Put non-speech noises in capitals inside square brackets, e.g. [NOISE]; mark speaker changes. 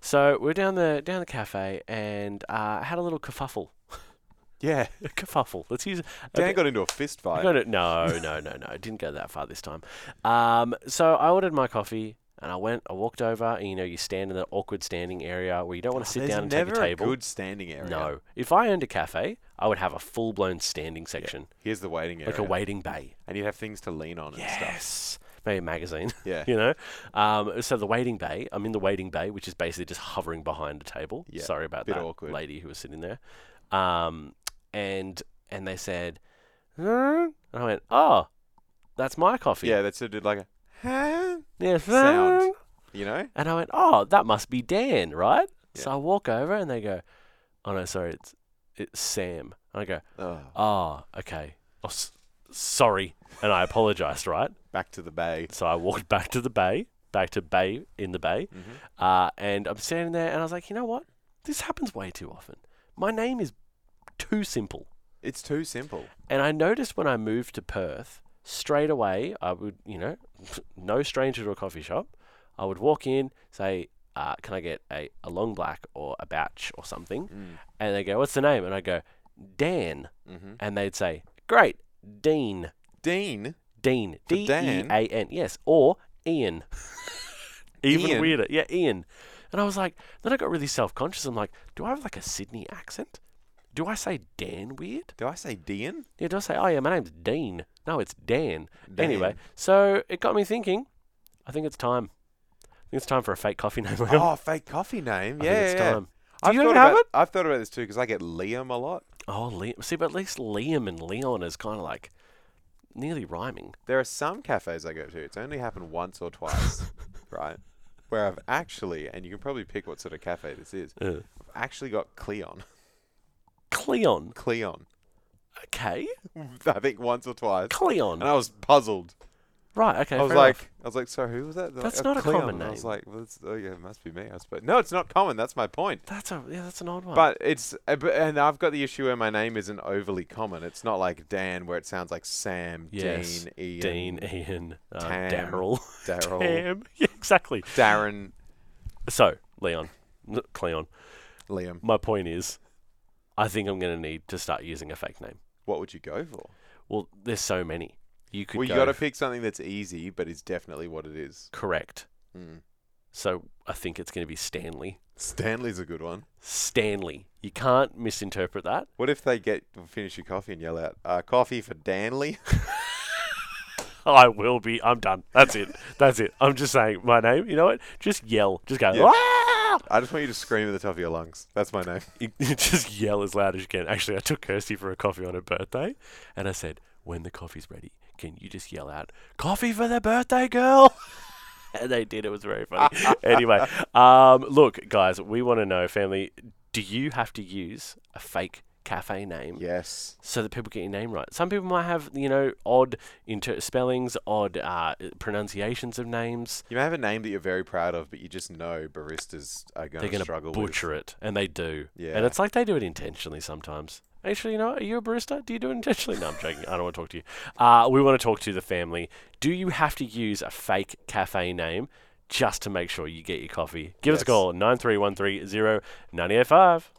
Speaker 1: So we're down the down the cafe and uh, had a little kerfuffle. [LAUGHS]
Speaker 2: Yeah.
Speaker 1: A kerfuffle. Let's use.
Speaker 2: Dan
Speaker 1: okay.
Speaker 2: got into a fist fight.
Speaker 1: No, no, no, no, no, no. It didn't go that far this time. Um, so I ordered my coffee and I went. I walked over, and you know, you stand in that awkward standing area where you don't want to sit
Speaker 2: Oh, There's
Speaker 1: down and
Speaker 2: never
Speaker 1: take a table.
Speaker 2: good standing area.
Speaker 1: no, if I owned a cafe, I would have a full blown standing section,
Speaker 2: Here's the waiting area.
Speaker 1: like a waiting bay.
Speaker 2: And you'd have things to lean on
Speaker 1: [LAUGHS]
Speaker 2: and stuff.
Speaker 1: Yes. Maybe a magazine,
Speaker 2: Yeah.
Speaker 1: [LAUGHS] you know. Um, so the waiting bay, I'm in the waiting bay, which is basically just hovering behind a table.
Speaker 2: Yeah,
Speaker 1: Sorry about
Speaker 2: bit
Speaker 1: that
Speaker 2: awkward.
Speaker 1: lady who was sitting there. Um, and and they said, "Huh?" and I went, oh, that's my coffee.
Speaker 2: Yeah, that's a did like a huh?
Speaker 1: Yeah,
Speaker 2: Sound.
Speaker 1: "Huh?"
Speaker 2: You know?
Speaker 1: And I went, oh, that must be Dan, right? So
Speaker 2: Yeah.
Speaker 1: I walk over and they go, oh no, sorry, it's it's Sam. And I go,
Speaker 2: Oh,
Speaker 1: oh, okay, oh, s- sorry, and I apologized, right?
Speaker 2: back to the bay.
Speaker 1: So I walked [LAUGHS] back to the bay, back to bay in the bay,
Speaker 2: Mm-hmm.
Speaker 1: uh, and I'm standing there, and I was like, you know what? This happens way too often. My name is too simple,
Speaker 2: It's too simple.
Speaker 1: and I noticed when I moved to Perth, straight away, I would, you know, [LAUGHS] no stranger to a coffee shop, I would walk in, say, uh, can I get a, a long black or a batch or something?
Speaker 2: Mm.
Speaker 1: And they go, what's the name? And I go, Dan,
Speaker 2: hmm
Speaker 1: and they'd say, great, Dean,
Speaker 2: Dean.
Speaker 1: Dean,
Speaker 2: For
Speaker 1: D E A
Speaker 2: Dan?
Speaker 1: N, yes, or Ian. [LAUGHS] Even
Speaker 2: Ian?
Speaker 1: weirder, yeah, Ian. And I was like, then I got really self conscious. I'm like, do I have like a Sydney accent? Do I say Dan weird?
Speaker 2: Do I
Speaker 1: [LAUGHS]
Speaker 2: say Dean?
Speaker 1: Yeah, do I say, oh yeah, my name's Dean? No, it's Dan. Anyway,
Speaker 2: Dan.
Speaker 1: so it got me thinking. I think it's time. I think it's time for a fake coffee [LAUGHS] name. Liam.
Speaker 2: Oh, fake coffee name.
Speaker 1: I
Speaker 2: yeah,
Speaker 1: think it's
Speaker 2: yeah.
Speaker 1: time.
Speaker 2: I've
Speaker 1: you
Speaker 2: thought
Speaker 1: even have
Speaker 2: about,
Speaker 1: it?
Speaker 2: I've thought about this too because I get Liam a lot.
Speaker 1: Oh, Liam. See, but at least Liam and Leon is kind of like nearly rhyming.
Speaker 2: There are some cafes I go to. It's only happened once
Speaker 1: [LAUGHS]
Speaker 2: or twice, right? Where I've actually, and you can probably pick what sort of cafe this is.
Speaker 1: Uh.
Speaker 2: I've actually got Cleon.
Speaker 1: Cleon.
Speaker 2: Cleon. [LAUGHS]
Speaker 1: Okay. Uh,
Speaker 2: I think once or twice.
Speaker 1: Cleon.
Speaker 2: And I was puzzled.
Speaker 1: Right, okay.
Speaker 2: I was
Speaker 1: fair enough.
Speaker 2: like, I was like, so who was that? They're
Speaker 1: That's
Speaker 2: like,
Speaker 1: not a
Speaker 2: Cleon."
Speaker 1: common
Speaker 2: And I was
Speaker 1: name.
Speaker 2: like, well, it's, oh yeah, it must be me. I suppose. No, it's not common. That's my point.
Speaker 1: That's a yeah, that's an odd one.
Speaker 2: But it's uh, but- and I've got the issue where my name isn't overly common. It's not like Dan, where it sounds like Sam,
Speaker 1: Yes,
Speaker 2: Dean, Ian,
Speaker 1: Dean, [LAUGHS] Ian, uh,
Speaker 2: Tam, [LAUGHS]
Speaker 1: Daryl,
Speaker 2: Daryl,
Speaker 1: Tam, [LAUGHS] yeah, exactly.
Speaker 2: Darren,
Speaker 1: So Leon, N- Cleon.
Speaker 2: Liam.
Speaker 1: My point is, I think I'm going to need to start using a fake name.
Speaker 2: What would you go for?
Speaker 1: Well, there's so many. You could
Speaker 2: well, you
Speaker 1: go
Speaker 2: got to pick something that's easy, but is definitely what it is.
Speaker 1: correct.
Speaker 2: Mm.
Speaker 1: So I think it's going to be Stanley.
Speaker 2: Stanley's a good one.
Speaker 1: Stanley. You can't misinterpret that.
Speaker 2: What if they get finish your coffee and yell out, uh, "Coffee for Danley"?
Speaker 1: I will be. I'm done. That's it. That's it. I'm just saying my name. You know what? Just yell. Just go.
Speaker 2: Yeah.
Speaker 1: "Ah!"
Speaker 2: I just want you to scream at the top of your lungs. That's my name.
Speaker 1: [LAUGHS] you- you just yell as loud as you can. Actually, I took Kirsty for a coffee on her birthday, and I said, "When the coffee's ready, can you just yell out, coffee for the birthday girl?" [LAUGHS] and they did. It was very funny. anyway, um, look, guys, we want to know, family, do you have to use a fake cafe name?
Speaker 2: Yes.
Speaker 1: so that people get your name right. Some people might have, you know, odd inter- spellings, odd uh, pronunciations of names.
Speaker 2: You may have a name that you're very proud of, but you just know baristas are going
Speaker 1: They're
Speaker 2: to
Speaker 1: going to
Speaker 2: struggle
Speaker 1: butcher it, and they do.
Speaker 2: with. Yeah.
Speaker 1: And it's like they do it intentionally sometimes. Actually, you know, what? are you a barista? Do you do it intentionally? No, I'm joking. I don't want to talk to you. Uh, we want to talk to the family. Do you have to use a fake cafe name just to make sure you get your coffee? Give us a
Speaker 2: Yes.
Speaker 1: call, 9313 09885.